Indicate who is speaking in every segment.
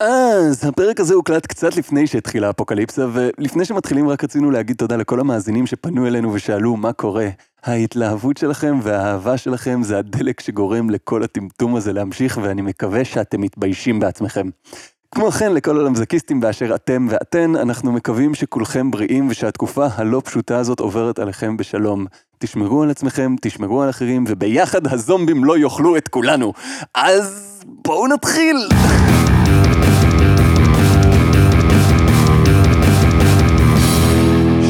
Speaker 1: אז הפרק הזה הוקלט קצת לפני שהתחילה האפוקליפסה, ולפני שמתחילים רק רצינו להגיד תודה לכל המאזינים שפנו אלינו ושאלו מה קורה. ההתלהבות שלכם והאהבה שלכם זה הדלק שגורם לכל הטמטום הזה להמשיך, ואני מקווה שאתם מתביישים בעצמכם. כמו כן, לכל הלמזקיסטים באשר אתם ואתן, אנחנו מקווים שכולכם בריאים ושהתקופה הלא פשוטה הזאת עוברת עליכם בשלום. תשמרו על עצמכם, תשמרו על אחרים, וביחד הזומבים לא יאכלו את כולנו. אז בואו נתחיל!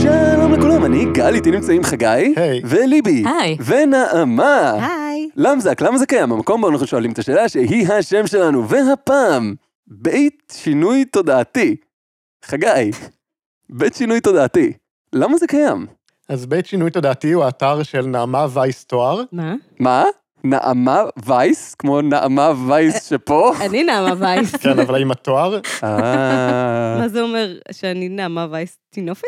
Speaker 1: שלום לכולם, אני גל, איתי נמצאים חגי,
Speaker 2: היי.
Speaker 1: וליבי,
Speaker 3: היי.
Speaker 1: ונעמה.
Speaker 3: היי.
Speaker 1: למזק, למה זה קיים? המקום בו אנחנו שואלים את השאלה שהיא השם שלנו, והפעם, בית שינוי תודעתי. חגי, בית שינוי תודעתי, למה זה קיים?
Speaker 2: אז בית שינוי תודעתי הוא האתר של נעמה וייס תואר.
Speaker 3: מה?
Speaker 1: מה? נעמה וייס? כמו נעמה וייס שפה?
Speaker 3: אני נעמה וייס.
Speaker 2: כן, אבל עם התואר,
Speaker 1: אה...
Speaker 3: מה זה אומר שאני נעמה וייס טינופת?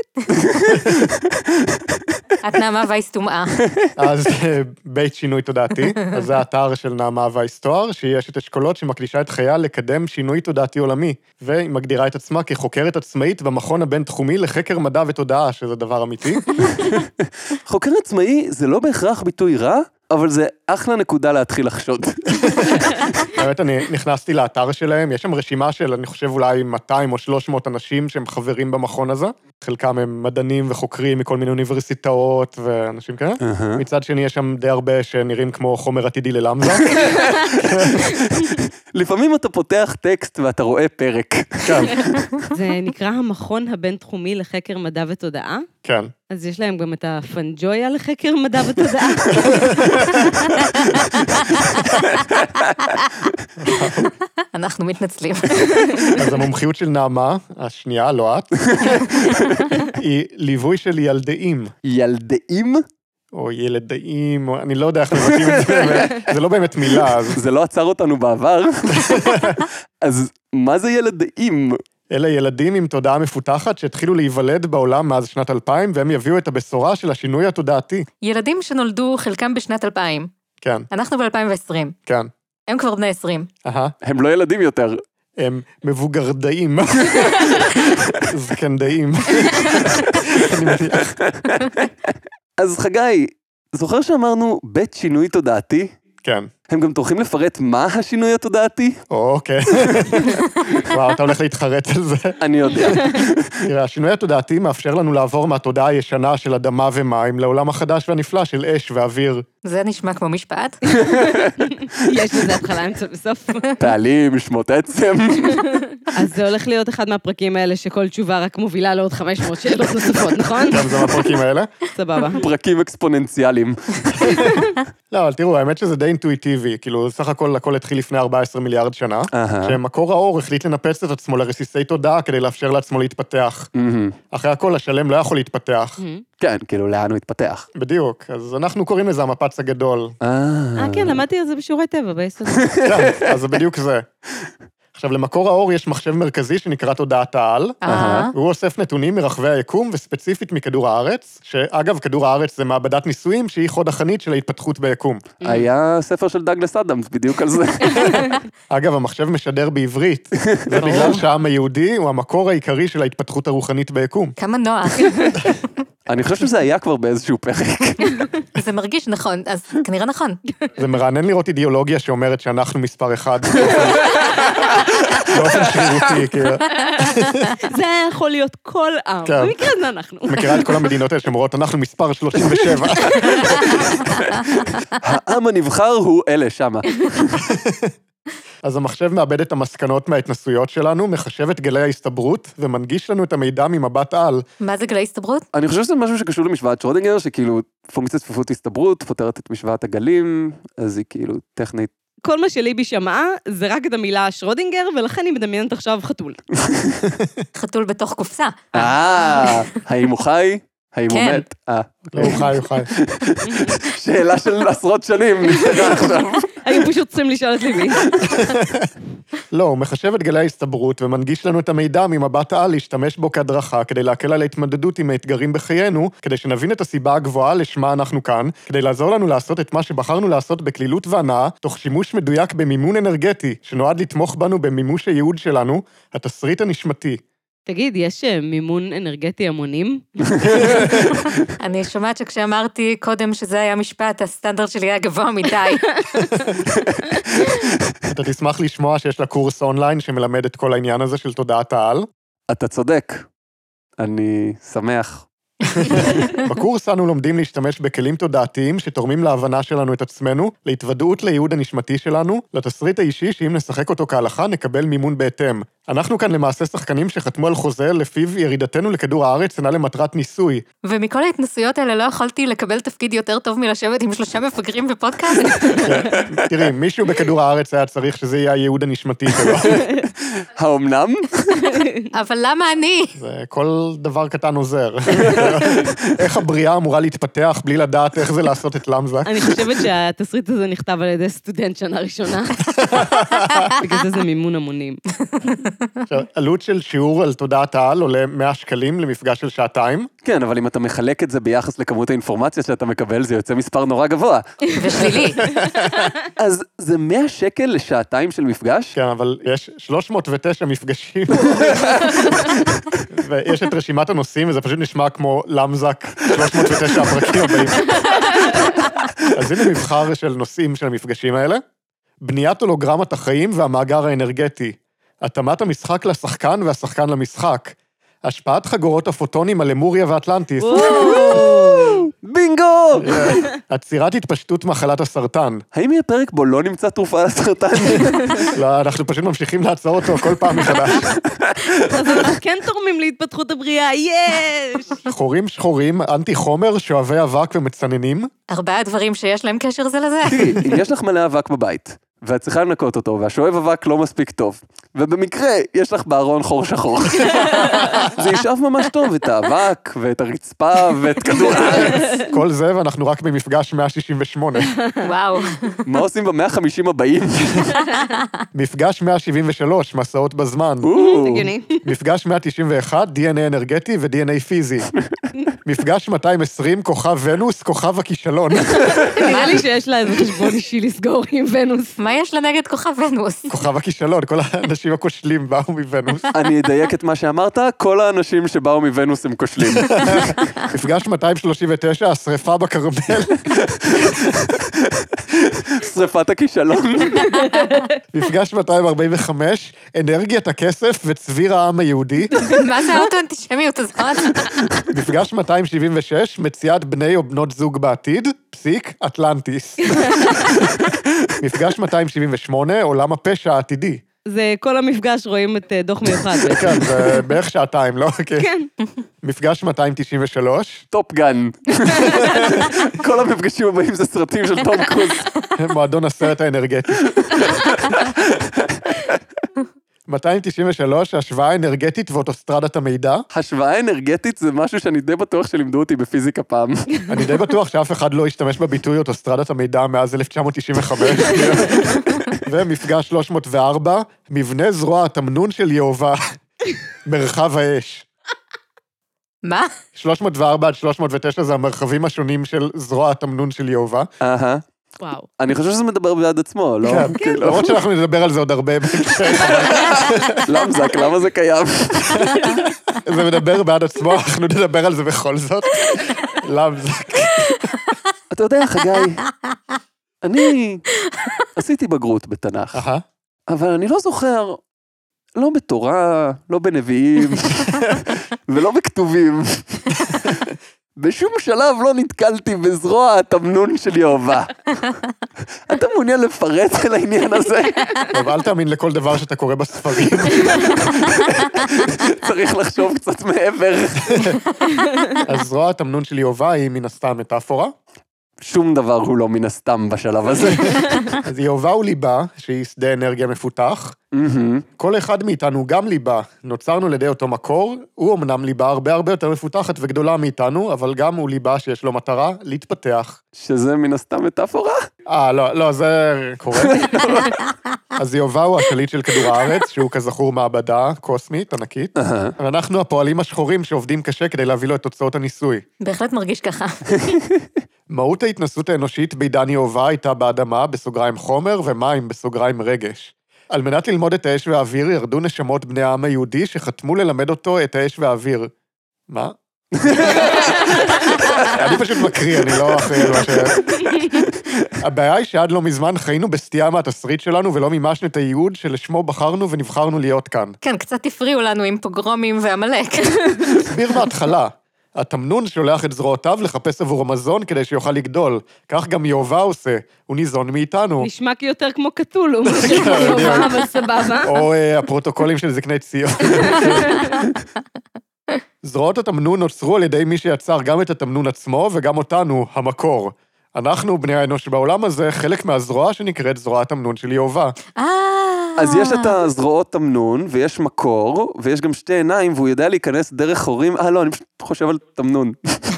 Speaker 4: את נעמה וייס טומאה.
Speaker 2: אז אה, בית שינוי תודעתי. אז זה האתר של נעמה וייס תואר, שהיא אשת אשכולות שמקדישה את חייה לקדם שינוי תודעתי עולמי. והיא מגדירה את עצמה כחוקרת עצמאית במכון הבינתחומי לחקר מדע ותודעה, שזה דבר אמיתי.
Speaker 1: חוקר עצמאי זה לא בהכרח ביטוי רע, אבל זה אחלה נקודה להתחיל לחשוד.
Speaker 2: באמת, אני נכנסתי לאתר שלהם, יש שם רשימה של, אני חושב, אולי 200 או 300 אנשים שהם חברים במכון הזה. חלקם הם מדענים וחוקרים מכל מיני אוניברסיטאות ואנשים כאלה.
Speaker 1: אהה.
Speaker 2: מצד שני, יש שם די הרבה שנראים כמו חומר עתידי ללמזה.
Speaker 1: לפעמים אתה פותח טקסט ואתה רואה פרק.
Speaker 2: כן,
Speaker 3: זה נקרא המכון הבינתחומי לחקר מדע ותודעה.
Speaker 2: כן.
Speaker 3: אז יש להם גם את הפנג'ויה לחקר מדע ותודעה.
Speaker 4: אנחנו מתנצלים.
Speaker 2: אז המומחיות של נעמה, השנייה, לא את, היא ליווי של ילדאים,
Speaker 1: ילדאים?
Speaker 2: או ילדאים, או- אני לא יודע איך מבטאים את זה, אבל זה לא באמת מילה, אז
Speaker 1: זה לא עצר אותנו בעבר. אז מה זה ילדאים?
Speaker 2: אלה ילדים עם תודעה מפותחת שהתחילו להיוולד בעולם מאז שנת 2000, והם יביאו את הבשורה של השינוי התודעתי.
Speaker 4: ילדים שנולדו חלקם בשנת 2000,
Speaker 2: כן,
Speaker 4: אנחנו ב-2020,
Speaker 2: כן,
Speaker 4: הם כבר בני 20.
Speaker 2: אהה,
Speaker 1: הם לא ילדים יותר.
Speaker 2: הם מבוגרדאים, זקנדאים. אני מניח.
Speaker 1: אז חגי, זוכר שאמרנו בית שינוי תודעתי?
Speaker 2: כן,
Speaker 1: הם גם טורחים לפרט מה השינוי התודעתי?
Speaker 2: אוקיי. וואו, אתה הולך להתחרט על זה.
Speaker 1: אני יודע.
Speaker 2: תראה, השינוי התודעתי מאפשר לנו לעבור מהתודעה הישנה של אדמה ומים לעולם החדש והנפלא של אש ואוויר.
Speaker 4: זה נשמע כמו משפט?
Speaker 3: יש לזה התחלה, אמצע וסוף.
Speaker 1: פעלים, שמות עצם.
Speaker 3: אז זה הולך להיות אחד מהפרקים האלה שכל תשובה רק מובילה לעוד 500 שאלות נוספות, נכון?
Speaker 2: גם זה מהפרקים האלה.
Speaker 3: סבבה.
Speaker 1: פרקים אקספוננציאליים.
Speaker 2: לא, אבל תראו, האמת שזה די אינטואיטיבי. כאילו, סך הכל הכל התחיל לפני 14 מיליארד שנה,
Speaker 1: אהה.
Speaker 2: שמקור האור החליט לנפץ את עצמו לרסיסי תודעה כדי לאפשר לעצמו להתפתח.
Speaker 1: מהמם.
Speaker 2: אחרי הכל, השלם לא יכול להתפתח.
Speaker 1: כן, כאילו, לאן הוא התפתח.
Speaker 2: בדיוק. אז אנחנו קוראים לזה המפץ הגדול.
Speaker 1: אה,
Speaker 3: אה, כן, למדתי על זה בשיעורי טבע ביסוד.
Speaker 2: כן, אז זה בדיוק זה. עכשיו, למקור האור יש מחשב מרכזי שנקרא תודעת העל.
Speaker 4: אה,
Speaker 2: והוא אוסף נתונים מרחבי היקום, וספציפית מכדור הארץ, שאגב, כדור הארץ זה מעבדת ניסויים שהיא חוד החנית של ההתפתחות ביקום.
Speaker 1: היה ספר של דאגלס אדמס בדיוק על זה.
Speaker 2: אגב, המחשב משדר בעברית, זה בגלל שהעם היהודי הוא המקור העיקרי של ההתפתחות הרוחנית ביקום.
Speaker 4: כמה נוח.
Speaker 1: אני חושב שזה היה כבר באיזשהו פרק.
Speaker 4: זה מרגיש נכון, אז כנראה נכון.
Speaker 2: זה מרענן לראות אידיאולוגיה שאומרת שאנחנו מספר אחד. באופן- באופן שרירותי, כאילו.
Speaker 3: זה היה יכול להיות כל עם.
Speaker 2: כן.
Speaker 3: במקרה זה אנחנו.
Speaker 2: מכירה את כל המדינות האלה שאומרות, אנחנו מספר 37.
Speaker 1: העם הנבחר הוא אלה שמה.
Speaker 2: אז המחשב מאבד את המסקנות מההתנסויות שלנו, מחשב את גלי ההסתברות, ומנגיש לנו את המידע ממבט על.
Speaker 4: מה זה גלי הסתברות?
Speaker 1: אני חושב שזה משהו שקשור למשוואת שרודינגר, שכאילו פונקציה צפיפות הסתברות פותרת את משוואת הגלים, אז היא כאילו טכנית.
Speaker 3: כל מה שליבי שמעה זה רק את המילה שרודינגר, ולכן היא מדמיינת עכשיו חתול.
Speaker 4: חתול בתוך קופסה.
Speaker 1: אה, האם הוא חי? האם הוא
Speaker 4: כן.
Speaker 1: מת? אה,
Speaker 2: לא, הוא חי, הוא חי.
Speaker 1: שאלה של עשרות שנים נפתרה עכשיו.
Speaker 3: היו פשוט צריכים לשאול את ליבי.
Speaker 2: לא, הוא מחשב את גלי ההסתברות ומנגיש לנו את המידע ממבט על להשתמש בו כהדרכה כדי להקל על ההתמודדות עם האתגרים בחיינו, כדי שנבין את הסיבה הגבוהה לשמה אנחנו כאן, כדי לעזור לנו לעשות את מה שבחרנו לעשות בקלילות והנאה, תוך שימוש מדויק במימון אנרגטי, שנועד לתמוך בנו במימוש הייעוד שלנו, התסריט הנשמתי.
Speaker 3: תגיד, יש אה, מימון אנרגטי המונים?
Speaker 4: אני שומעת שכשאמרתי קודם שזה היה משפט, הסטנדרט שלי היה גבוה מדי.
Speaker 2: אתה תשמח לשמוע שיש לה קורס אונליין שמלמד את כל העניין הזה של תודעת העל.
Speaker 1: אתה צודק. אני שמח.
Speaker 2: בקורס אנו לומדים להשתמש בכלים תודעתיים שתורמים להבנה שלנו את עצמנו, להתוודעות לייעוד הנשמתי שלנו, לתסריט האישי שאם נשחק אותו כהלכה נקבל מימון בהתאם. אנחנו כאן למעשה שחקנים שחתמו על חוזה לפיו ירידתנו לכדור הארץ אינה למטרת ניסוי.
Speaker 4: ומכל ההתנסויות האלה לא יכולתי לקבל תפקיד יותר טוב מלשבת עם שלושה מפגרים בפודקאסט.
Speaker 2: תראי, מישהו בכדור הארץ היה צריך שזה יהיה הייעוד הנשמתי שלו.
Speaker 1: האומנם?
Speaker 4: אבל למה אני?
Speaker 2: זה כל דבר קטן עוזר. איך הבריאה אמורה להתפתח בלי לדעת איך זה לעשות את למזק?
Speaker 3: אני חושבת שהתסריט הזה נכתב על ידי סטודנט שנה ראשונה. בגלל זה זה מימון המונים.
Speaker 2: עכשיו, עלות של שיעור על תודעת העל עולה 100 שקלים למפגש של שעתיים.
Speaker 1: כן, אבל אם אתה מחלק את זה ביחס לכמות האינפורמציה שאתה מקבל, זה יוצא מספר נורא גבוה.
Speaker 4: ושלילי.
Speaker 1: אז זה 100 שקל לשעתיים של מפגש?
Speaker 2: כן, אבל יש 309 מפגשים. ויש את רשימת הנושאים, וזה פשוט נשמע כמו למזק 309 הפרקים הבאים. אז הנה מבחר של נושאים של המפגשים האלה. בניית הולוגרמת החיים והמאגר האנרגטי. התאמת המשחק לשחקן והשחקן למשחק. השפעת חגורות הפוטונים על אמוריה ואטלנטיס.
Speaker 1: בינגו!
Speaker 2: עצירת התפשטות מחלת הסרטן.
Speaker 1: האם יהיה פרק בו לא נמצא תרופה לסרטן?
Speaker 2: לא, אנחנו פשוט ממשיכים לעצור אותו כל פעם מחדש.
Speaker 3: אז אנחנו כן תורמים להתפתחות הבריאה, יש!
Speaker 2: נכון. חורים שחורים, אנטי חומר, שואבי אבק ומצננים.
Speaker 4: ארבעה דברים שיש להם קשר זה לזה.
Speaker 1: תראי, אם יש לך מלא אבק בבית, ואת צריכה לנקות אותו, והשואב אבק לא מספיק טוב, ובמקרה יש לך בארון חור שחור, זה ישאב ממש טוב את האבק, ואת הרצפה, ואת כדור הארץ.
Speaker 2: כל זה, ואנחנו רק במפגש 168.
Speaker 4: וואו.
Speaker 1: מה עושים במאה החמישים הבאים?
Speaker 2: מפגש 173, מסעות בזמן.
Speaker 1: או,
Speaker 3: הגיוני.
Speaker 2: מפגש 191, DNA אנרגטי ו-DNA פיזי. מפגש 220, כוכב ונוס, כוכב הכישלון.
Speaker 3: נראה לי שיש לה איזה חשבון אישי לסגור עם ונוס.
Speaker 4: מה יש לה נגד כוכב ונוס?
Speaker 2: כוכב הכישלון, כל האנשים הכושלים באו מוונוס.
Speaker 1: אני אדייק את מה שאמרת, כל האנשים שבאו מוונוס הם כושלים.
Speaker 2: מפגש 239, השרפה בכרמל.
Speaker 1: שרפת הכישלון.
Speaker 2: מפגש 245, אנרגיית הכסף וצביר העם היהודי.
Speaker 4: מה זה האוטו-אנטישמיות הזאת?
Speaker 2: מפגש 276, מציאת בני או בנות זוג בעתיד, פסיק, אטלנטיס. מפגש 278, עולם הפשע העתידי.
Speaker 3: זה כל המפגש רואים את אה, דוח מיוחד. בעצם.
Speaker 2: כן, זה בערך שעתיים, לא?
Speaker 3: כן.
Speaker 2: מפגש 293,
Speaker 1: טופגן. כל המפגשים הבאים זה סרטים של תום קרוז.
Speaker 2: מועדון הסרט האנרגטי. 293, השוואה אנרגטית ואוטוסטרדת המידע.
Speaker 1: השוואה אנרגטית זה משהו שאני די בטוח שלימדו אותי בפיזיקה פעם.
Speaker 2: אני די בטוח שאף אחד לא השתמש בביטוי אוטוסטרדת המידע מאז 1995. ומפגש 304, מבנה זרוע התמנון של יהובה, מרחב האש.
Speaker 4: מה?
Speaker 2: 304 עד 309 זה המרחבים השונים של זרוע התמנון של יהובה.
Speaker 1: אהה.
Speaker 3: וואו.
Speaker 1: אני חושב שזה מדבר בעד עצמו, לא?
Speaker 2: כן,
Speaker 1: כאילו,
Speaker 2: למרות שאנחנו נדבר על זה עוד הרבה, בהמשך,
Speaker 1: למזק, למה זה קיים?
Speaker 2: זה מדבר בעד עצמו, אנחנו נדבר על זה בכל זאת. למה זה?
Speaker 1: אתה יודע, חגי, אני עשיתי בגרות בתנ"ך,
Speaker 2: אהה.
Speaker 1: אבל אני לא זוכר, לא בתורה, לא בנביאים, ולא בכתובים. בשום שלב לא נתקלתי בזרוע התמנון של יהובה. אתה מעוניין לפרט על העניין הזה?
Speaker 2: טוב, אל תאמין לכל דבר שאתה קורא בספרים.
Speaker 1: צריך לחשוב קצת מעבר.
Speaker 2: אז זרוע התמנון של יהובה היא מן הסתם מטאפורה.
Speaker 1: שום דבר הוא לא מן הסתם בשלב הזה.
Speaker 2: אז יהובה הוא ליבה, שהיא שדה אנרגיה מפותח,
Speaker 1: מהמם.
Speaker 2: כל אחד מאיתנו הוא גם ליבה, נוצרנו על ידי אותו מקור, הוא אמנם ליבה הרבה הרבה יותר מפותחת וגדולה מאיתנו, אבל גם הוא ליבה שיש לו מטרה, להתפתח.
Speaker 1: שזה מן הסתם מטאפורה?
Speaker 2: אה, לא, לא, זה קורה. אז יובה הוא השליט של כדור הארץ, שהוא כזכור מעבדה קוסמית, ענקית,
Speaker 1: אהה.
Speaker 2: ואנחנו הפועלים השחורים שעובדים קשה כדי להביא לו את תוצאות הניסוי.
Speaker 4: בהחלט מרגיש ככה.
Speaker 2: מהות ההתנסות האנושית בעידן יהובה הייתה באדמה, בסוגריים חומר, ומים, בסוגריים רגש. על מנת ללמוד את האש והאוויר, ירדו נשמות בני העם היהודי שחתמו ללמד אותו את האש והאוויר. מה? אני פשוט מקריא, אני לא אחראי על מה ש... הבעיה היא שעד לא מזמן חיינו בסטייה מהתסריט שלנו ולא מימשנו את הייעוד שלשמו בחרנו ונבחרנו להיות כאן.
Speaker 4: כן, קצת הפריעו לנו עם פוגרומים ועמלק.
Speaker 2: הסביר בהתחלה. התמנון שולח את זרועותיו לחפש עבור מזון כדי שיוכל לגדול. כך גם יהובה עושה, הוא ניזון מאיתנו.
Speaker 3: נשמע כי יותר כמו קטולו, משהו כמו יובה, אבל סבבה.
Speaker 2: או אה, הפרוטוקולים של זקני ציון. זרועות התמנון נוצרו על ידי מי שיצר גם את התמנון עצמו וגם אותנו, המקור. אנחנו, בני האנוש בעולם הזה, חלק מהזרוע שנקראת זרוע התמנון של יהובה.
Speaker 4: אה...
Speaker 1: אז יש את הזרועות תמנון, ויש מקור, ויש גם שתי עיניים, והוא יודע להיכנס דרך חורים. אה, לא, אני פשוט חושב על תמנון.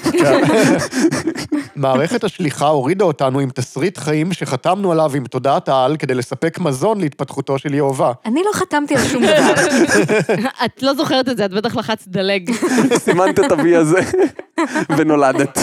Speaker 2: מערכת השליחה הורידה אותנו עם תסריט חיים שחתמנו עליו עם תודעת העל כדי לספק מזון להתפתחותו של יהובה.
Speaker 4: אני לא חתמתי על שום דבר.
Speaker 3: את לא זוכרת את זה, את בטח לחצת דלג.
Speaker 1: סימנת את ה-V הזה, ונולדת.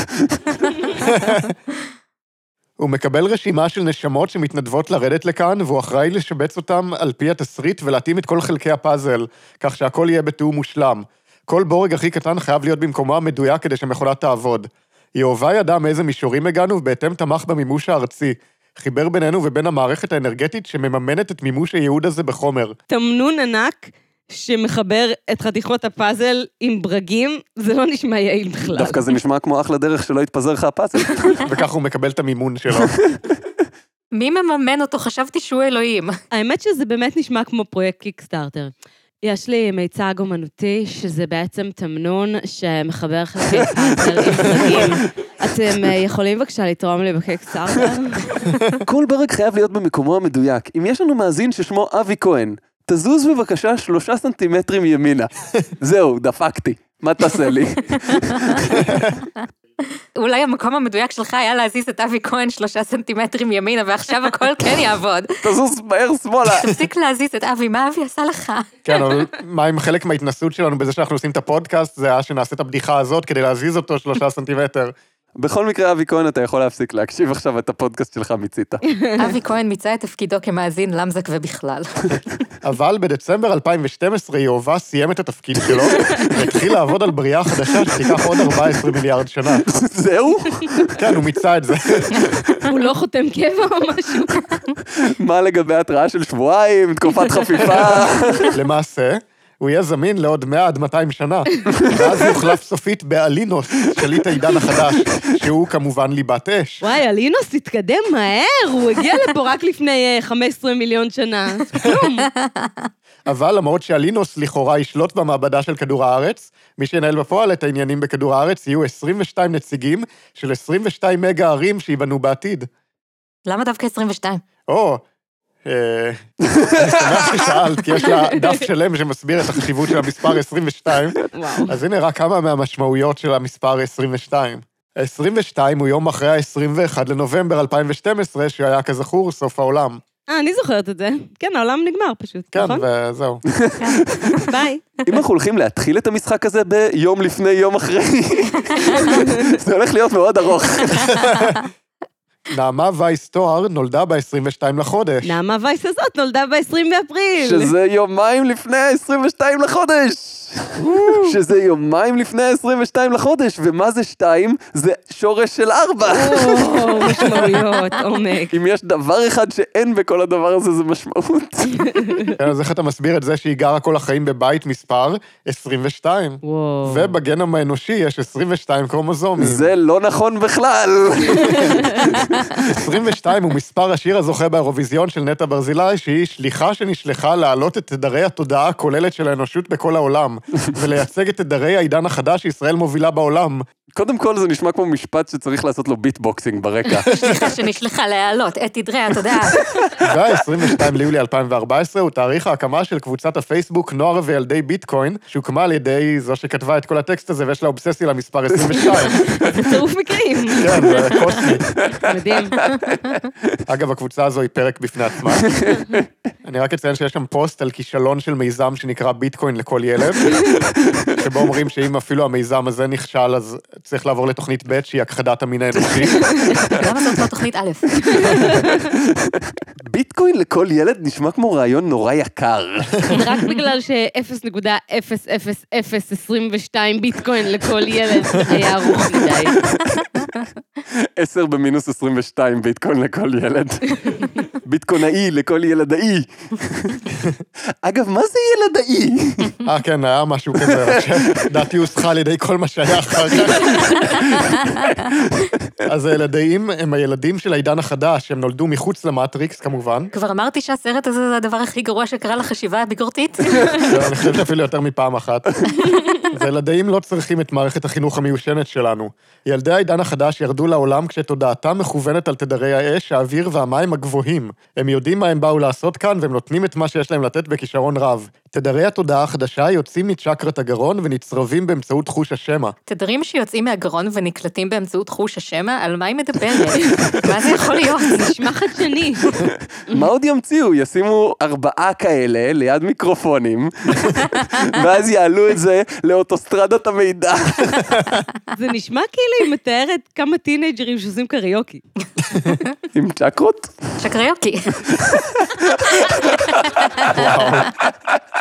Speaker 2: הוא מקבל רשימה של נשמות שמתנדבות לרדת לכאן, והוא אחראי לשבץ אותם על פי התסריט ולהתאים את כל חלקי הפאזל, כך שהכל יהיה בתיאום מושלם. כל בורג הכי קטן חייב להיות במקומו המדויק כדי שהמכונה תעבוד. יהובה ידע מאיזה מישורים הגענו, ובהתאם תמך במימוש הארצי. חיבר בינינו ובין המערכת האנרגטית שמממנת את מימוש הייעוד הזה בחומר.
Speaker 3: תמנון ענק שמחבר את חתיכות הפאזל עם ברגים, זה לא נשמע יעיל בכלל.
Speaker 1: דווקא זה נשמע כמו אחלה דרך שלא יתפזר לך הפאזל.
Speaker 2: וכך הוא מקבל את המימון שלו.
Speaker 4: מי מממן אותו? חשבתי שהוא אלוהים.
Speaker 3: האמת שזה באמת נשמע כמו פרויקט קיקסטארטר. יש לי מיצג אומנותי, שזה בעצם תמנון שמחבר חלקי פאזל עם ברגים. אתם אה, יכולים בבקשה לתרום לי בקיקסטארטר?
Speaker 1: כל ברג חייב להיות במקומו המדויק. אם יש לנו מאזין ששמו אבי כהן, תזוז בבקשה שלושה סנטימטרים ימינה. זהו, דפקתי. מה תעשה לי?
Speaker 4: אולי המקום המדויק שלך היה להזיז את אבי כהן שלושה סנטימטרים ימינה, ועכשיו הכל כן יעבוד.
Speaker 1: תזוז מהר שמאלה.
Speaker 4: תפסיק להזיז את אבי, מה אבי עשה לך?
Speaker 2: כן, אבל מה אם חלק מההתנסות שלנו בזה שאנחנו עושים את הפודקאסט, זה היה שנעשה את הבדיחה הזאת כדי להזיז אותו שלושה סנטימטר.
Speaker 1: בכל מקרה, אבי כהן, אתה יכול להפסיק להקשיב עכשיו, את הפודקאסט שלך מיצית.
Speaker 4: אבי כהן מיצה את תפקידו כמאזין למזק ובכלל.
Speaker 2: אבל בדצמבר 2012 יהובה סיים את התפקיד שלו, והתחיל לעבוד על בריאה חדשה שתיקח עוד 14 מיליארד שנה.
Speaker 1: זהו?
Speaker 2: כן, הוא מיצה את זה.
Speaker 3: הוא לא חותם קבע או משהו?
Speaker 1: מה לגבי התראה של שבועיים, תקופת חפיפה?
Speaker 2: למעשה, הוא יהיה זמין לעוד 100 עד 200 שנה, ואז יוחלף סופית באלינוס, שליט העידן החדש, שהוא כמובן ליבת אש.
Speaker 3: וואי, אלינוס התקדם מהר, הוא הגיע לפה רק לפני אה, 15 מיליון שנה. כלום.
Speaker 2: אבל למרות שאלינוס לכאורה ישלוט במעבדה של כדור הארץ, מי שינהל בפועל את העניינים בכדור הארץ יהיו 22 נציגים של 22 מגה ערים שייבנו בעתיד.
Speaker 4: למה דווקא 22?
Speaker 2: או, אה, אני שמח ששאלת, כי יש לה דף שלם שמסביר את החשיבות של המספר 22,
Speaker 3: וואו.
Speaker 2: אז הנה רק כמה מהמשמעויות של המספר 22. ה-22 הוא יום אחרי ה-21 לנובמבר 2012, שהיה כזכור סוף העולם.
Speaker 3: אה, אני זוכרת את זה. כן, העולם נגמר פשוט,
Speaker 2: כן,
Speaker 3: נכון?
Speaker 2: וזהו.
Speaker 3: ביי.
Speaker 1: אם אנחנו הולכים להתחיל את המשחק הזה ביום לפני, יום אחרי, זה הולך להיות מאוד ארוך.
Speaker 2: נעמה וייס טוהר נולדה ב-22 לחודש.
Speaker 3: נעמה וייס הזאת נולדה ב-20 באפריל.
Speaker 1: שזה יומיים לפני ה-22 לחודש! שזה יומיים לפני ה-22 לחודש, ומה זה שתיים? זה שורש של ארבע!
Speaker 3: או, משמעויות, עומק.
Speaker 1: אם יש דבר אחד שאין בכל הדבר הזה, זה משמעות.
Speaker 2: כן, אז איך אתה מסביר את זה שהיא גרה כל החיים בבית מספר 22?
Speaker 3: וואו.
Speaker 2: ובגנום האנושי יש 22 קרומוזומים.
Speaker 1: זה לא נכון בכלל!
Speaker 2: 22 הוא מספר השיר הזוכה באירוויזיון של נטע ברזילי, שהיא שליחה שנשלחה להעלות את תדרי התודעה הכוללת של האנושות בכל העולם, ולייצג את תדרי העידן החדש שישראל מובילה בעולם.
Speaker 1: קודם כל זה נשמע כמו משפט שצריך לעשות לו ביטבוקסינג ברקע.
Speaker 4: שליחה שנשלחה להעלות את תדרי התודעה.
Speaker 2: ב-22 ליולי 2014 הוא תאריך ההקמה של קבוצת הפייסבוק נוער וילדי ביטקוין, שהוקמה על ידי זו שכתבה את כל הטקסט הזה ויש לה אובססיה למספר 22.
Speaker 3: זה צירוף מקרים.
Speaker 2: כן, זה קוסמי.
Speaker 3: מדהים.
Speaker 2: אגב, הקבוצה הזו היא פרק בפני עצמה. אני רק אציין שיש שם פוסט על כישלון של מיזם שנקרא ביטקוין לכל ילד, שבו אומרים שאם אפילו המיזם הזה נכשל, אז צריך לעבור לתוכנית ב' שהיא הכחדת המין האנושי.
Speaker 4: למה זאת לא תוכנית א'?
Speaker 1: ביטקוין לכל ילד נשמע כמו רעיון נורא יקר.
Speaker 3: רק בגלל ש-0.00022 ביטקוין לכל ילד היה ארוך מדי.
Speaker 1: 10 במינוס 22 ביטקוין לכל ילד. ביטקונאי לכל ילדאי. אגב, מה זה ילדאי?
Speaker 2: אה, כן, היה משהו כזה, רק שדעתי הוסחה על ידי כל מה שהיה אחר כך. אז הילדים הם הילדים של העידן החדש, הם נולדו מחוץ למטריקס כמובן.
Speaker 4: כבר אמרתי שהסרט הזה זה הדבר הכי גרוע שקרה לחשיבה הביקורתית?
Speaker 2: לא, אני חושב שאפילו יותר מפעם אחת. אז הילדים לא צריכים את מערכת החינוך המיושנת שלנו. ילדי העידן החדש ירדו לעולם כשתודעתם מכוונת על תדרי האש, האוויר והמים הגבוהים. הם יודעים מה הם באו לעשות כאן, והם נותנים את מה שיש להם לתת בכישרון רב. תדרי התודעה החדשה יוצאים מצ'קרת הגרון ונצרבים באמצעות חוש השמע.
Speaker 4: תדרים שיוצאים מהגרון ונקלטים באמצעות חוש השמע, על מה היא מדברת? מה זה יכול להיות?
Speaker 3: נשמע חדשני.
Speaker 1: מה עוד ימציאו? ישימו ארבעה כאלה ליד מיקרופונים, ואז יעלו את זה לאוטוסטרדת המידע.
Speaker 3: זה נשמע כאילו היא מתארת כמה טינג'רים שעושים קריוקי.
Speaker 1: עם צ'קרות?
Speaker 4: שקריוקי.
Speaker 2: וואו.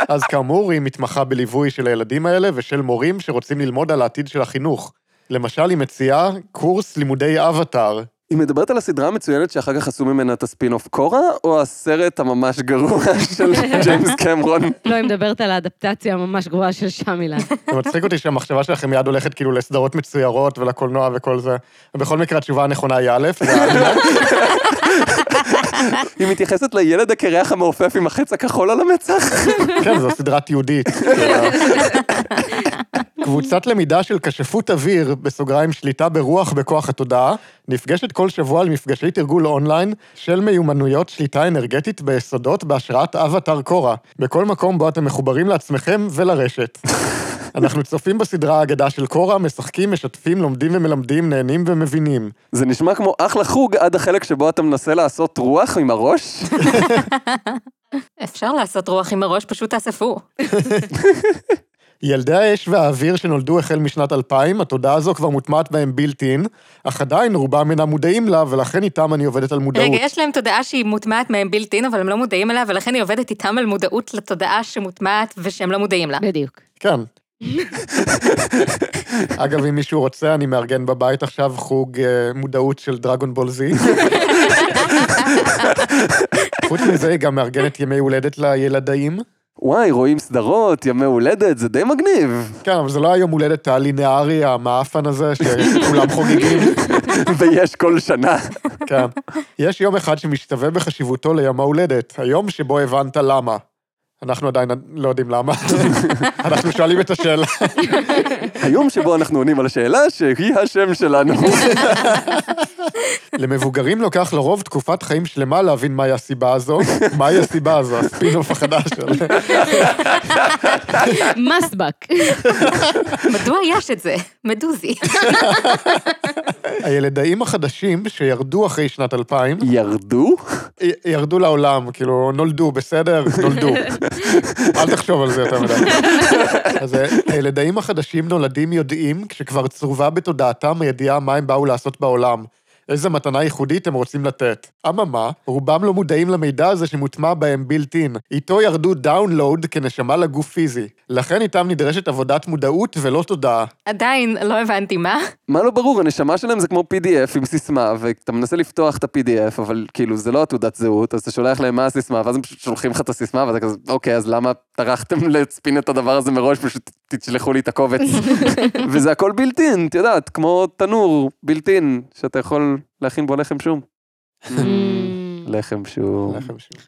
Speaker 2: אז כאמור, היא מתמחה בליווי של הילדים האלה ושל מורים שרוצים ללמוד על העתיד של החינוך. למשל, היא מציעה קורס לימודי אבטאר.
Speaker 1: היא מדברת על הסדרה המצוינת שאחר כך עשו ממנה את הספין-אוף קורה, או הסרט הממש גרוע של ג'יימס קמרון?
Speaker 3: לא, היא מדברת על האדפטציה הממש גרועה של שמילה.
Speaker 2: זה מצחיק אותי שהמחשבה שלכם מיד הולכת כאילו לסדרות מצוירות ולקולנוע וכל זה. בכל מקרה, התשובה הנכונה היא א', זה א',
Speaker 1: היא מתייחסת לילד הקרח המעופף עם החץ הכחול על המצח?
Speaker 2: כן, זו סדרה תיעודית. קבוצת למידה של כשפות אוויר, בסוגריים שליטה ברוח בכוח התודעה, נפגשת כל שבוע למפגשי תרגול אונליין של מיומנויות שליטה אנרגטית ביסודות בהשראת אבטאר קורה, בכל מקום בו אתם מחוברים לעצמכם ולרשת. אנחנו צופים בסדרה האגדה של קורה, משחקים, משתפים, לומדים ומלמדים, נהנים ומבינים.
Speaker 1: זה נשמע כמו אחלה חוג עד החלק שבו אתה מנסה לעשות רוח עם הראש?
Speaker 4: אפשר לעשות רוח עם הראש, פשוט תאספו.
Speaker 2: ילדי האש והאוויר שנולדו החל משנת 2000, התודעה הזו כבר מוטמעת בהם built in, אך עדיין רובם אינם מודעים לה, ולכן איתם אני עובדת על מודעות.
Speaker 4: רגע, יש להם תודעה שהיא מוטמעת מהם בילט אין, אבל הם לא מודעים אליה, ולכן היא עובדת איתם על מודעות לתודעה שמוטמעת ושהם לא מודעים לה.
Speaker 3: בדיוק.
Speaker 2: כן. אגב, אם מישהו רוצה, אני מארגן בבית עכשיו חוג אה, מודעות של דרגון בול זי. חוץ מזה, היא גם מארגנת ימי הולדת לילדאים.
Speaker 1: וואי, רואים סדרות, ימי הולדת, זה די מגניב.
Speaker 2: כן, אבל זה לא היום הולדת הלינארי, המאפן הזה, שכולם חוגגים.
Speaker 1: ויש כל שנה.
Speaker 2: כן. יש יום אחד שמשתווה בחשיבותו ליום ההולדת, היום שבו הבנת למה. אנחנו עדיין לא יודעים למה. אנחנו שואלים את השאלה.
Speaker 1: היום שבו אנחנו עונים על השאלה שהיא השם שלנו.
Speaker 2: למבוגרים לוקח לרוב תקופת חיים שלמה להבין מהי הסיבה הזו. מהי הסיבה הזו, הספינוף החדש הזה.
Speaker 3: מסבק.
Speaker 4: מדוע יש את זה? מדוזי.
Speaker 2: הילדאים החדשים שירדו אחרי שנת 2000,
Speaker 1: ירדו?
Speaker 2: י- ירדו לעולם, כאילו, נולדו, בסדר? נולדו. אל תחשוב על זה יותר מדי. אז אה, הילדאים החדשים נולדים יודעים כשכבר צרובה בתודעתם הידיעה מה הם באו לעשות בעולם. איזה מתנה ייחודית הם רוצים לתת. אממה, רובם לא מודעים למידע הזה שמוטמע בהם built in. איתו ירדו דאונלואוד כנשמה לגוף פיזי. לכן איתם נדרשת עבודת מודעות ולא תודעה.
Speaker 4: עדיין לא הבנתי מה.
Speaker 1: מה לא ברור, הנשמה שלהם זה כמו PDF עם סיסמה, ואתה מנסה לפתוח את ה-PDF, אבל כאילו זה לא התעודת זהות, אז אתה שולח להם מה הסיסמה, ואז הם פשוט שולחים לך את הסיסמה, ואתה כזה, אוקיי, אז למה טרחתם להצפין את הדבר הזה מראש, פשוט תשלחו לי את הקובץ. וזה הכל בילטין, את יודעת, כמו תנור בילטין, שאתה יכול להכין בו לחם שום.
Speaker 3: Mm.
Speaker 1: לחם שום.
Speaker 2: לחם שלי.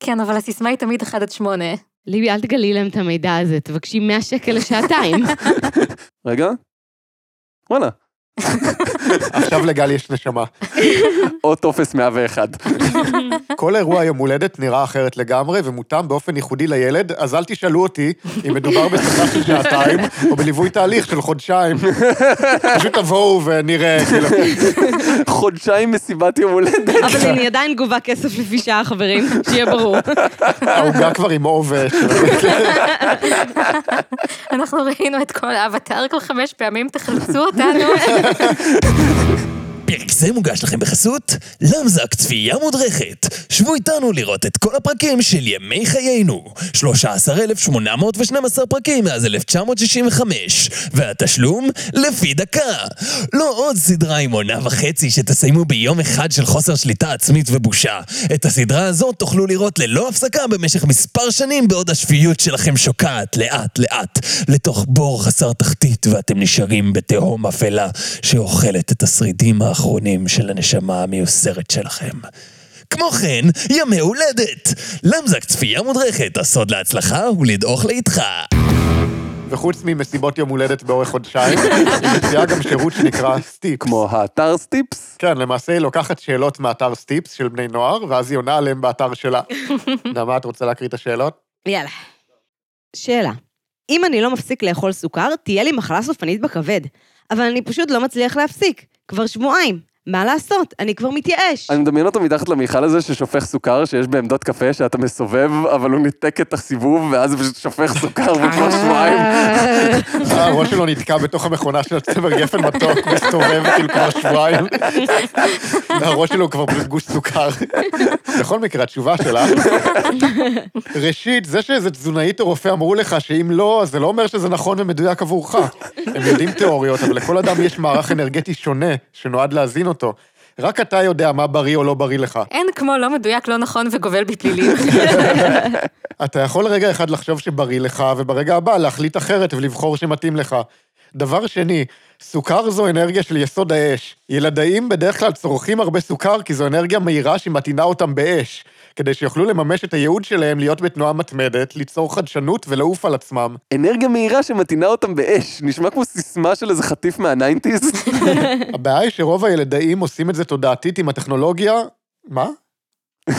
Speaker 4: כן, אבל הסיסמה היא תמיד 1 עד 8.
Speaker 3: ליבי, אל תגלי להם את המידע הזה, תבקשי 100 שקל לשעתיים.
Speaker 1: רגע? וואלה.
Speaker 2: עכשיו לגל יש נשמה.
Speaker 1: או טופס 101.
Speaker 2: כל אירוע יום הולדת נראה אחרת לגמרי ומותאם באופן ייחודי לילד, אז אל תשאלו אותי אם מדובר בשיחה של שעתיים או בליווי תהליך של חודשיים. פשוט תבואו ונראה, כאילו.
Speaker 1: חודשיים מסיבת יום הולדת.
Speaker 3: אבל אני עדיין גובה כסף לפי שעה, חברים, שיהיה ברור.
Speaker 2: העוגה כבר עם עובש.
Speaker 4: אנחנו ראינו את כל האבטר כבר חמש פעמים, תחלצו אותנו.
Speaker 5: פרק זה מוגש לכם בחסות למזק צפייה מודרכת. שבו איתנו לראות את כל הפרקים של ימי חיינו. 13,812 פרקים מאז 1965, והתשלום לפי דקה. לא עוד סדרה עם עונה וחצי שתסיימו ביום אחד של חוסר שליטה עצמית ובושה. את הסדרה הזאת תוכלו לראות ללא הפסקה במשך מספר שנים בעוד השפיות שלכם שוקעת לאט לאט לתוך בור חסר תחתית ואתם נשארים בתהום אפלה שאוכלת את השרידים האחרונים של הנשמה המיוסרת שלכם. כמו כן, ימי הולדת! למזק צפייה מודרכת, הסוד להצלחה הוא לדעוך לאיתך.
Speaker 2: וחוץ ממסיבות יום הולדת באורך חודשיים, היא מציעה גם שירות שנקרא סטיפ.
Speaker 1: כמו האתר סטיפס.
Speaker 2: כן, למעשה היא לוקחת שאלות מאתר סטיפס של בני נוער, ואז היא עונה עליהן באתר שלה. נעמה, את רוצה להקריא את השאלות?
Speaker 3: יאללה. שאלה. אם אני לא מפסיק לאכול סוכר, תהיה לי מחלה סופנית בכבד. אבל אני פשוט לא מצליח להפסיק. כבר שבועיים. מה לעשות? אני כבר מתייאש.
Speaker 1: אני מדמיין אותו מתחת למיכל הזה ששופך סוכר, שיש בעמדות קפה, שאתה מסובב, אבל הוא ניתק את הסיבוב, ואז הוא פשוט שופך סוכר וכבר שבועיים.
Speaker 2: אה, הראש שלו נתקע בתוך המכונה של הצמר גפן מתוק, מסתובב כאילו כבר שבועיים. והראש שלו כבר פשוט גוש סוכר. בכל מקרה, התשובה שלה... ראשית, זה שאיזה תזונאית או רופא אמרו לך שאם לא, אז זה לא אומר שזה נכון ומדויק עבורך. הם יודעים תיאוריות, אבל לכל אדם יש מערך אנרגטי שונה, שנועד להזין אותו. רק אתה יודע מה בריא או לא בריא לך.
Speaker 4: אין כמו לא מדויק, לא נכון וגובל בפלילים.
Speaker 2: אתה יכול רגע אחד לחשוב שבריא לך, וברגע הבא להחליט אחרת ולבחור שמתאים לך. דבר שני, סוכר זו אנרגיה של יסוד האש. ילדאים בדרך כלל צורכים הרבה סוכר כי זו אנרגיה מהירה שמטעינה אותם באש, כדי שיוכלו לממש את הייעוד שלהם להיות בתנועה מתמדת, ליצור חדשנות ולעוף על עצמם.
Speaker 1: אנרגיה מהירה שמטעינה אותם באש, נשמע כמו סיסמה של איזה חטיף מהניינטיז.
Speaker 2: הבעיה היא שרוב הילדאים עושים את זה תודעתית עם הטכנולוגיה... מה?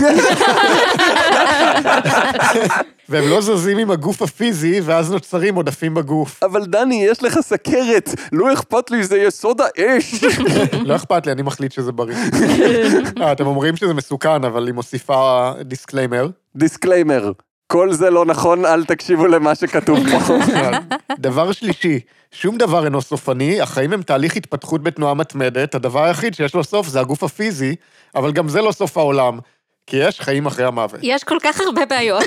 Speaker 2: והם לא זזים עם הגוף הפיזי, ואז נוצרים עודפים בגוף.
Speaker 1: אבל דני, יש לך סכרת, לא אכפת לי, זה יסוד האש.
Speaker 2: לא אכפת לי, אני מחליט שזה בריא. אה, אתם אומרים שזה מסוכן, אבל היא מוסיפה דיסקליימר.
Speaker 1: דיסקליימר, כל זה לא נכון, אל תקשיבו למה שכתוב פה.
Speaker 2: דבר שלישי, שום דבר אינו סופני, החיים הם תהליך התפתחות בתנועה מתמדת, הדבר היחיד שיש לו סוף זה הגוף הפיזי, אבל גם זה לא סוף העולם, כי יש חיים אחרי המוות.
Speaker 4: יש כל כך הרבה בעיות.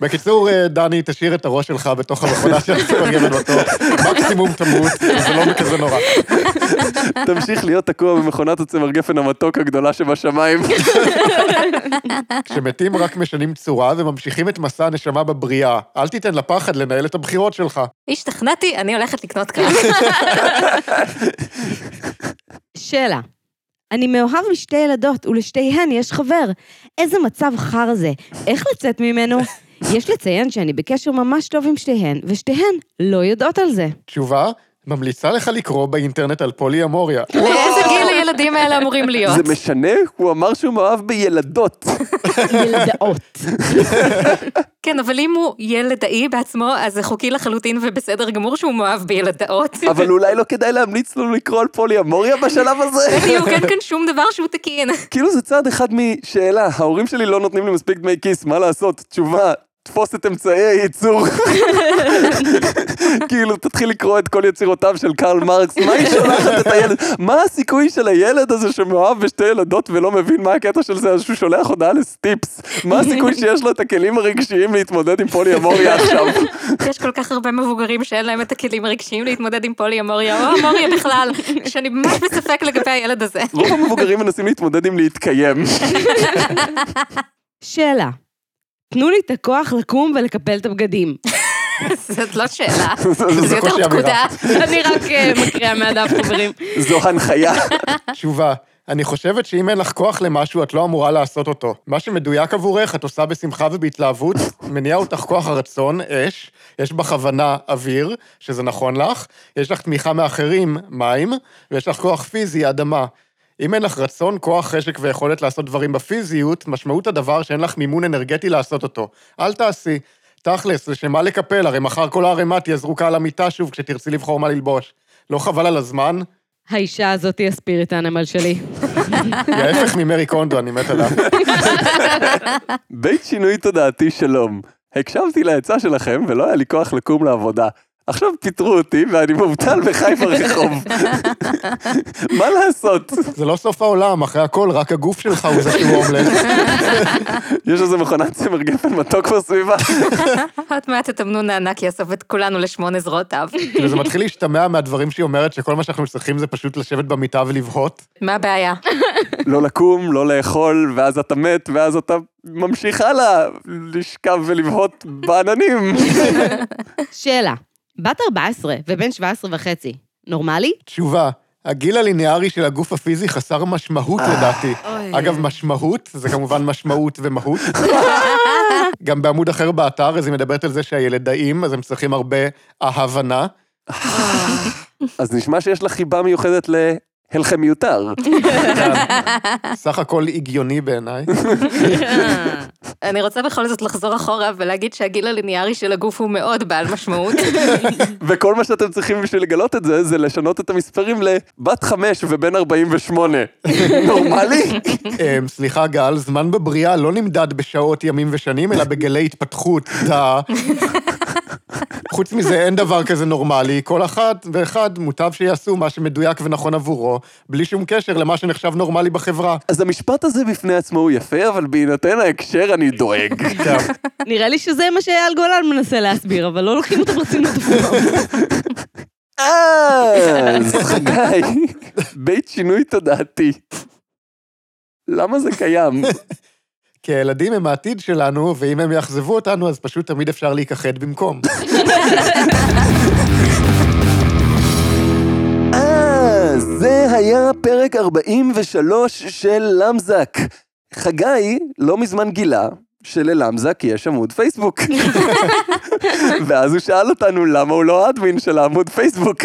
Speaker 2: בקיצור, אה, דני, תשאיר את הראש שלך בתוך המכונה של הסופרגמן בטוח, מקסימום תמות, זה לא כזה נורא.
Speaker 1: תמשיך להיות תקוע במכונת הצמר גפן המתוק הגדולה שבשמיים.
Speaker 2: כשמתים רק משנים צורה וממשיכים את מסע הנשמה בבריאה, אל תיתן לפחד לנהל את הבחירות שלך.
Speaker 4: השתכנעתי, אני הולכת לקנות קרק.
Speaker 3: שאלה. אני מאוהב משתי ילדות, ולשתיהן יש חבר. איזה מצב חר זה? איך לצאת ממנו? יש לציין שאני בקשר ממש טוב עם שתיהן, ושתיהן לא יודעות על זה.
Speaker 2: תשובה, ממליצה לך לקרוא באינטרנט על פולי אמוריה.
Speaker 4: באיזה גיל הילדים האלה אמורים להיות?
Speaker 1: זה משנה? הוא אמר שהוא מאוהב בילדות.
Speaker 3: ילדאות.
Speaker 4: כן, אבל אם הוא ילדאי בעצמו, אז זה חוקי לחלוטין ובסדר גמור שהוא מאוהב בילדאות.
Speaker 1: אבל אולי לא כדאי להמליץ לנו לקרוא על פולי אמוריה בשלב הזה?
Speaker 4: בדיוק, אין כאן שום דבר שהוא תקין.
Speaker 1: כאילו זה צעד אחד משאלה, ההורים שלי לא נותנים לי מספיק דמי כיס, מה לעשות? תשובה, תפוס את אמצעי הייצור. כאילו, תתחיל לקרוא את כל יצירותיו של קרל מרקס, מה היא שולחת את הילד? מה הסיכוי של הילד הזה שמאוהב בשתי ילדות ולא מבין מה הקטע של זה, אז שהוא שולח הודעה לסטיפס? מה הסיכוי שיש לו את הכלים הרגשיים להתמודד עם פולי אמוריה עכשיו?
Speaker 4: יש כל כך הרבה מבוגרים שאין להם את הכלים הרגשיים להתמודד עם פולי אמוריה, או אמוריה בכלל, שאני ממש בספק לגבי הילד הזה.
Speaker 1: רוב המבוגרים מנסים להתמודד עם להתקיים.
Speaker 3: שאלה. תנו לי את הכוח לקום ולקפל את הבגדים.
Speaker 4: זאת לא שאלה,
Speaker 2: זה
Speaker 4: זה יותר
Speaker 2: קושי אמירה.
Speaker 4: פקודה.
Speaker 3: אני רק אה, מקריאה מהדף, חברים.
Speaker 1: זו הנחיה.
Speaker 2: תשובה, אני חושבת שאם אין לך כוח למשהו, את לא אמורה לעשות אותו. מה שמדויק עבורך, את עושה בשמחה ובהתלהבות, מניע אותך כוח הרצון, אש, יש בך הבנה, אוויר, שזה נכון לך, יש לך תמיכה מאחרים, מים, ויש לך כוח פיזי, אדמה. אם אין לך רצון, כוח, חשק ויכולת לעשות דברים בפיזיות, משמעות הדבר שאין לך מימון אנרגטי לעשות אותו. אל תעשי. תכלס, לשם מה לקפל? הרי מחר כל הערימה תהיה זרוקה על המיטה שוב כשתרצי לבחור מה ללבוש. לא חבל על הזמן?
Speaker 3: האישה הזאת היא הספיריט אנימל שלי.
Speaker 2: היא ההפך ממרי קונדו, אני מת עליו.
Speaker 1: בית שינוי תודעתי שלום. הקשבתי לעצה שלכם ולא היה לי כוח לקום לעבודה. עכשיו פיטרו אותי ואני מובטל בחי ברחוב. מה לעשות?
Speaker 2: זה לא סוף העולם, אחרי הכל, רק הגוף שלך הוא זה שהוא הומלס.
Speaker 1: יש איזה מכונת צמר גפן מתוק בסביבה?
Speaker 4: עוד מעט התמנון הענק יאסוף את כולנו לשמונה זרועותיו.
Speaker 2: כאילו, זה מתחיל להשתמע מהדברים שהיא אומרת, שכל מה שאנחנו צריכים זה פשוט לשבת במיטה ולבהות.
Speaker 4: מה הבעיה?
Speaker 1: לא לקום, לא לאכול, ואז אתה מת, ואז אתה ממשיך הלאה לשכב ולבהות בעננים.
Speaker 3: שאלה, בת 14 ובן 17 וחצי, נורמלי?
Speaker 2: תשובה, הגיל הליניארי של הגוף הפיזי חסר משמעות לדעתי. אגב, משמעות זה כמובן משמעות ומהות. גם בעמוד אחר באתר, אז היא מדברת על זה שהילדאים, אז הם צריכים הרבה ההבנה.
Speaker 1: אז נשמע שיש לך חיבה מיוחדת להלחם מיותר.
Speaker 2: סך הכל הגיוני בעיניי.
Speaker 4: אני רוצה בכל זאת לחזור אחורה ולהגיד שהגיל הליניארי של הגוף הוא מאוד בעל משמעות.
Speaker 1: וכל מה שאתם צריכים בשביל לגלות את זה, זה לשנות את המספרים לבת חמש ובן 48. נורמלי?
Speaker 2: אמ, סליחה, גל, זמן בבריאה לא נמדד בשעות, ימים ושנים, אלא בגלי התפתחות, טה. חוץ מזה, אין דבר כזה נורמלי. כל אחת ואחד מוטב שיעשו מה שמדויק ונכון עבורו, בלי שום קשר למה שנחשב נורמלי בחברה.
Speaker 1: אז המשפט הזה בפני עצמו הוא יפה, אבל בהינתן ההקשר אני דואג.
Speaker 2: טוב,
Speaker 3: נראה לי שזה מה שאייל גולן מנסה להסביר, אבל לא לוקחים אותו ברצינות.
Speaker 1: אז חגי, בית שינוי תודעתי. למה זה קיים?
Speaker 2: כי הילדים הם העתיד שלנו, ואם הם יאכזבו אותנו, אז פשוט תמיד אפשר להיכחד במקום.
Speaker 1: אה, זה היה פרק 43 של למזק. חגי לא מזמן גילה שללמזק יש עמוד פייסבוק. ואז הוא שאל אותנו למה הוא לא האדמין של העמוד פייסבוק.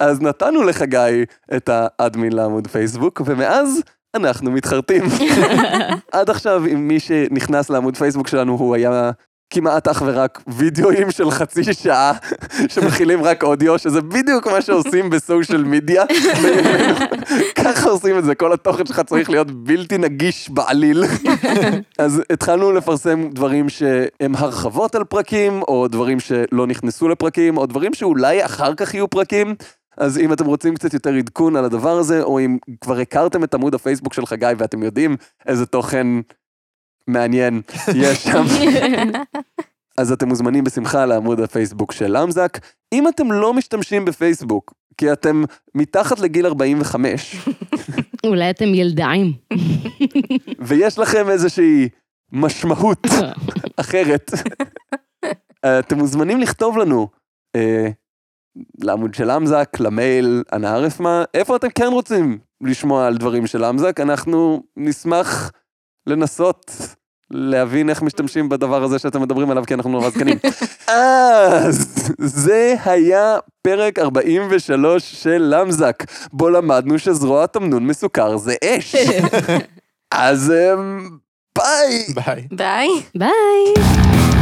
Speaker 1: אז נתנו לחגי את האדמין לעמוד פייסבוק, ומאז אנחנו מתחרטים. עד עכשיו, אם מי שנכנס לעמוד פייסבוק שלנו, הוא היה כמעט אך ורק וידאוים של חצי שעה, שמכילים רק אודיו, שזה בדיוק מה שעושים בסושיאל מדיה. ככה עושים את זה, כל התוכן שלך צריך להיות בלתי נגיש בעליל. אז התחלנו לפרסם דברים שהם הרחבות על פרקים, או דברים שלא נכנסו לפרקים, או דברים שאולי אחר כך יהיו פרקים. אז אם אתם רוצים קצת יותר עדכון על הדבר הזה, או אם כבר הכרתם את עמוד הפייסבוק של חגי ואתם יודעים איזה תוכן מעניין יש שם. אז אתם מוזמנים בשמחה לעמוד הפייסבוק של למזק. אם אתם לא משתמשים בפייסבוק, כי אתם מתחת לגיל 45,
Speaker 3: אולי אתם ילדיים.
Speaker 1: ויש לכם איזושהי משמעות אחרת, אה, אתם מוזמנים לכתוב לנו, אה, לעמוד של למזק, למייל, אנא ערף מה, איפה אתם כן רוצים לשמוע על דברים של למזק, אנחנו נשמח לנסות להבין איך משתמשים בדבר הזה שאתם מדברים עליו, כי אנחנו נורא זקנים. אז זה היה פרק 43 של למזק, בו למדנו שזרוע תמנון מסוכר זה אש. אז אמ, ביי.
Speaker 2: ביי.
Speaker 4: ביי.
Speaker 3: ביי.